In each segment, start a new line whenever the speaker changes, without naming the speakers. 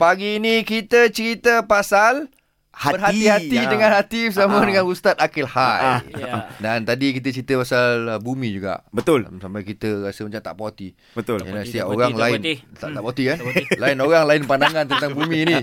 Pagi ni kita cerita pasal
Hati.
berhati-hati
Ah.
dengan hati bersama
Ah.
dengan Ustaz Akil Hai. Ah.
Ya.
Dan tadi kita cerita pasal uh, bumi juga. Um,
Betul,
Sampai kita rasa macam tak puas hati.
betul.
Yalah,
puas hati,
setiap
tak puas
orang
hati, tak
lain
puas hati.
tak tak puas hati kan. Lain orang lain pandangan tentang bumi ni.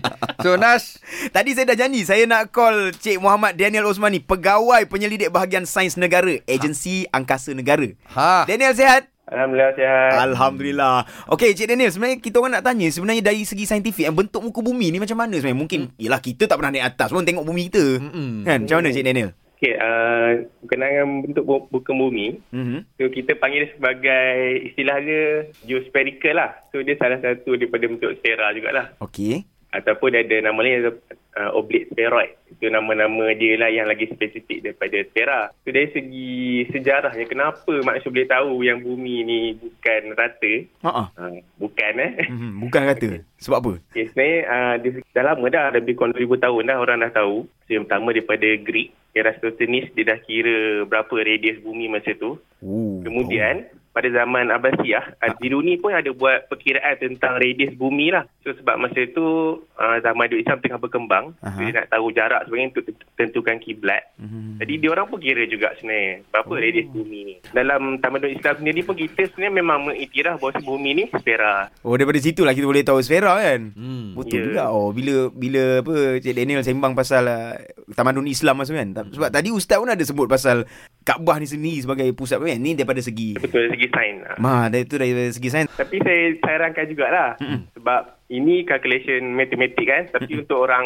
So Nas,
Tadi saya dah janji saya nak call Cik Muhammad Daniel Osmani, pegawai penyelidik bahagian sains negara, agensi angkasa negara.
ha.
Daniel sihat?
Alhamdulillah
Eh.
sihat.
Alhamdulillah. Okey, Cik Daniel, sebenarnya kita orang nak tanya sebenarnya dari segi saintifik yang bentuk muka bumi ni macam mana sebenarnya? Mungkin
Hmm.
yalah kita tak pernah naik atas, orang tengok bumi kita.
Mm-mm.
Kan? Macam mana Cik Daniel?
Okey, uh, berkenaan dengan bentuk bu- bukan bumi,
Hmm.
Mhm.
so kita panggil dia sebagai istilah dia geospherical lah. So dia salah satu daripada bentuk sfera jugalah.
Okey.
Ataupun dia ada nama lain uh, oblate spheroid. Itu nama-nama dia lah yang lagi spesifik daripada sfera. So dari segi sejarahnya kenapa manusia boleh tahu yang bumi ni bukan rata?
Ha ah.
Uh, bukan eh.
Mhm, bukan kata. Sebab apa?
Okay, sebenarnya uh, dia, dah lama dah, lebih kurang 2000 tahun dah orang dah tahu. So, yang pertama daripada Greek, Erastotenes dia dah kira berapa radius bumi masa tu.
Oh.
Kemudian pada zaman lah, Abbasiyah, Al-Biruni pun ada buat perkiraan tentang radius bumi lah. So sebab masa tu uh, zaman duk Islam tengah berkembang,
Aha.
so, dia nak tahu jarak sebenarnya untuk tent- tentukan kiblat.
Mhm.
Jadi dia orang pun kira juga sebenarnya berapa oh. radius bumi ni. Dalam tamadun Islam sendiri pun kita sebenarnya memang mengiktiraf bahawa bumi ni sfera.
Oh daripada situ lah kita boleh tahu sfera kan.
Hmm.
Betul yeah.
Ya.
juga oh bila bila apa Cik Daniel sembang pasal uh, tamadun Islam masa tu kan. Ta- Sebab tadi ustaz pun ada sebut pasal Kaabah ni sendiri sebagai pusat kan. Ni daripada segi
Betul dari segi sains. lah.
Ma, dari tu dari dari segi sains.
Tapi saya saya rangkai jugalah mm-hmm. sebab ini calculation matematik kan tapi mm-hmm. untuk orang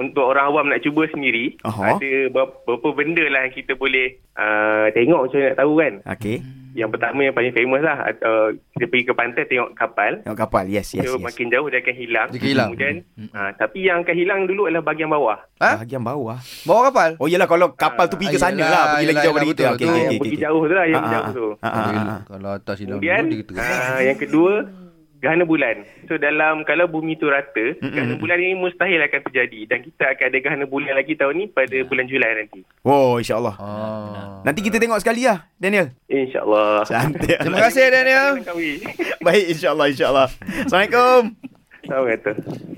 untuk orang awam nak cuba sendiri
Aha.
ada ber- berapa benda lah yang kita boleh uh, tengok macam mana nak tahu kan.
Okey.
Yang pertama yang paling famous lah uh, kita pergi ke pantai tengok kapal
Tengok kapal. Yes, yes,
so
yes.
makin jauh dia akan hilang.
Dia akan hilang.
Kemudian uh, tapi yang akan hilang dulu adalah bahagian bawah.
Ha?
Bahagian bawah.
Bawa kapal.
Oh iyalah kalau kapal tu
Ah,
pergi ke sana
yelah,
lah, pergi lagi
yelah,
jauh dari
yelah,
kita.
betul,
Okey,
betul.
okey,
yang
okey.
pergi
okey.
jauh tu lah yang
Ah,
jauh
ah,
tu.
ah, ah, ah, ah.
Kalau atas hilang
Kemudian
dulu, dia kita
uh, yang kedua gerhana bulan. So dalam kalau bumi tu rata, mm-hmm. gerhana bulan ini mustahil akan terjadi dan kita akan ada gerhana bulan lagi tahun ni pada
Ya.
bulan Julai nanti.
Oh, insyaAllah.
Ah.
Nanti kita tengok sekali lah, Daniel.
Insyaallah.
Cantik.
Terima kasih Daniel.
Assalamualaikum.
Baik, insyaAllah, insyaAllah. Assalamualaikum.
Assalamualaikum.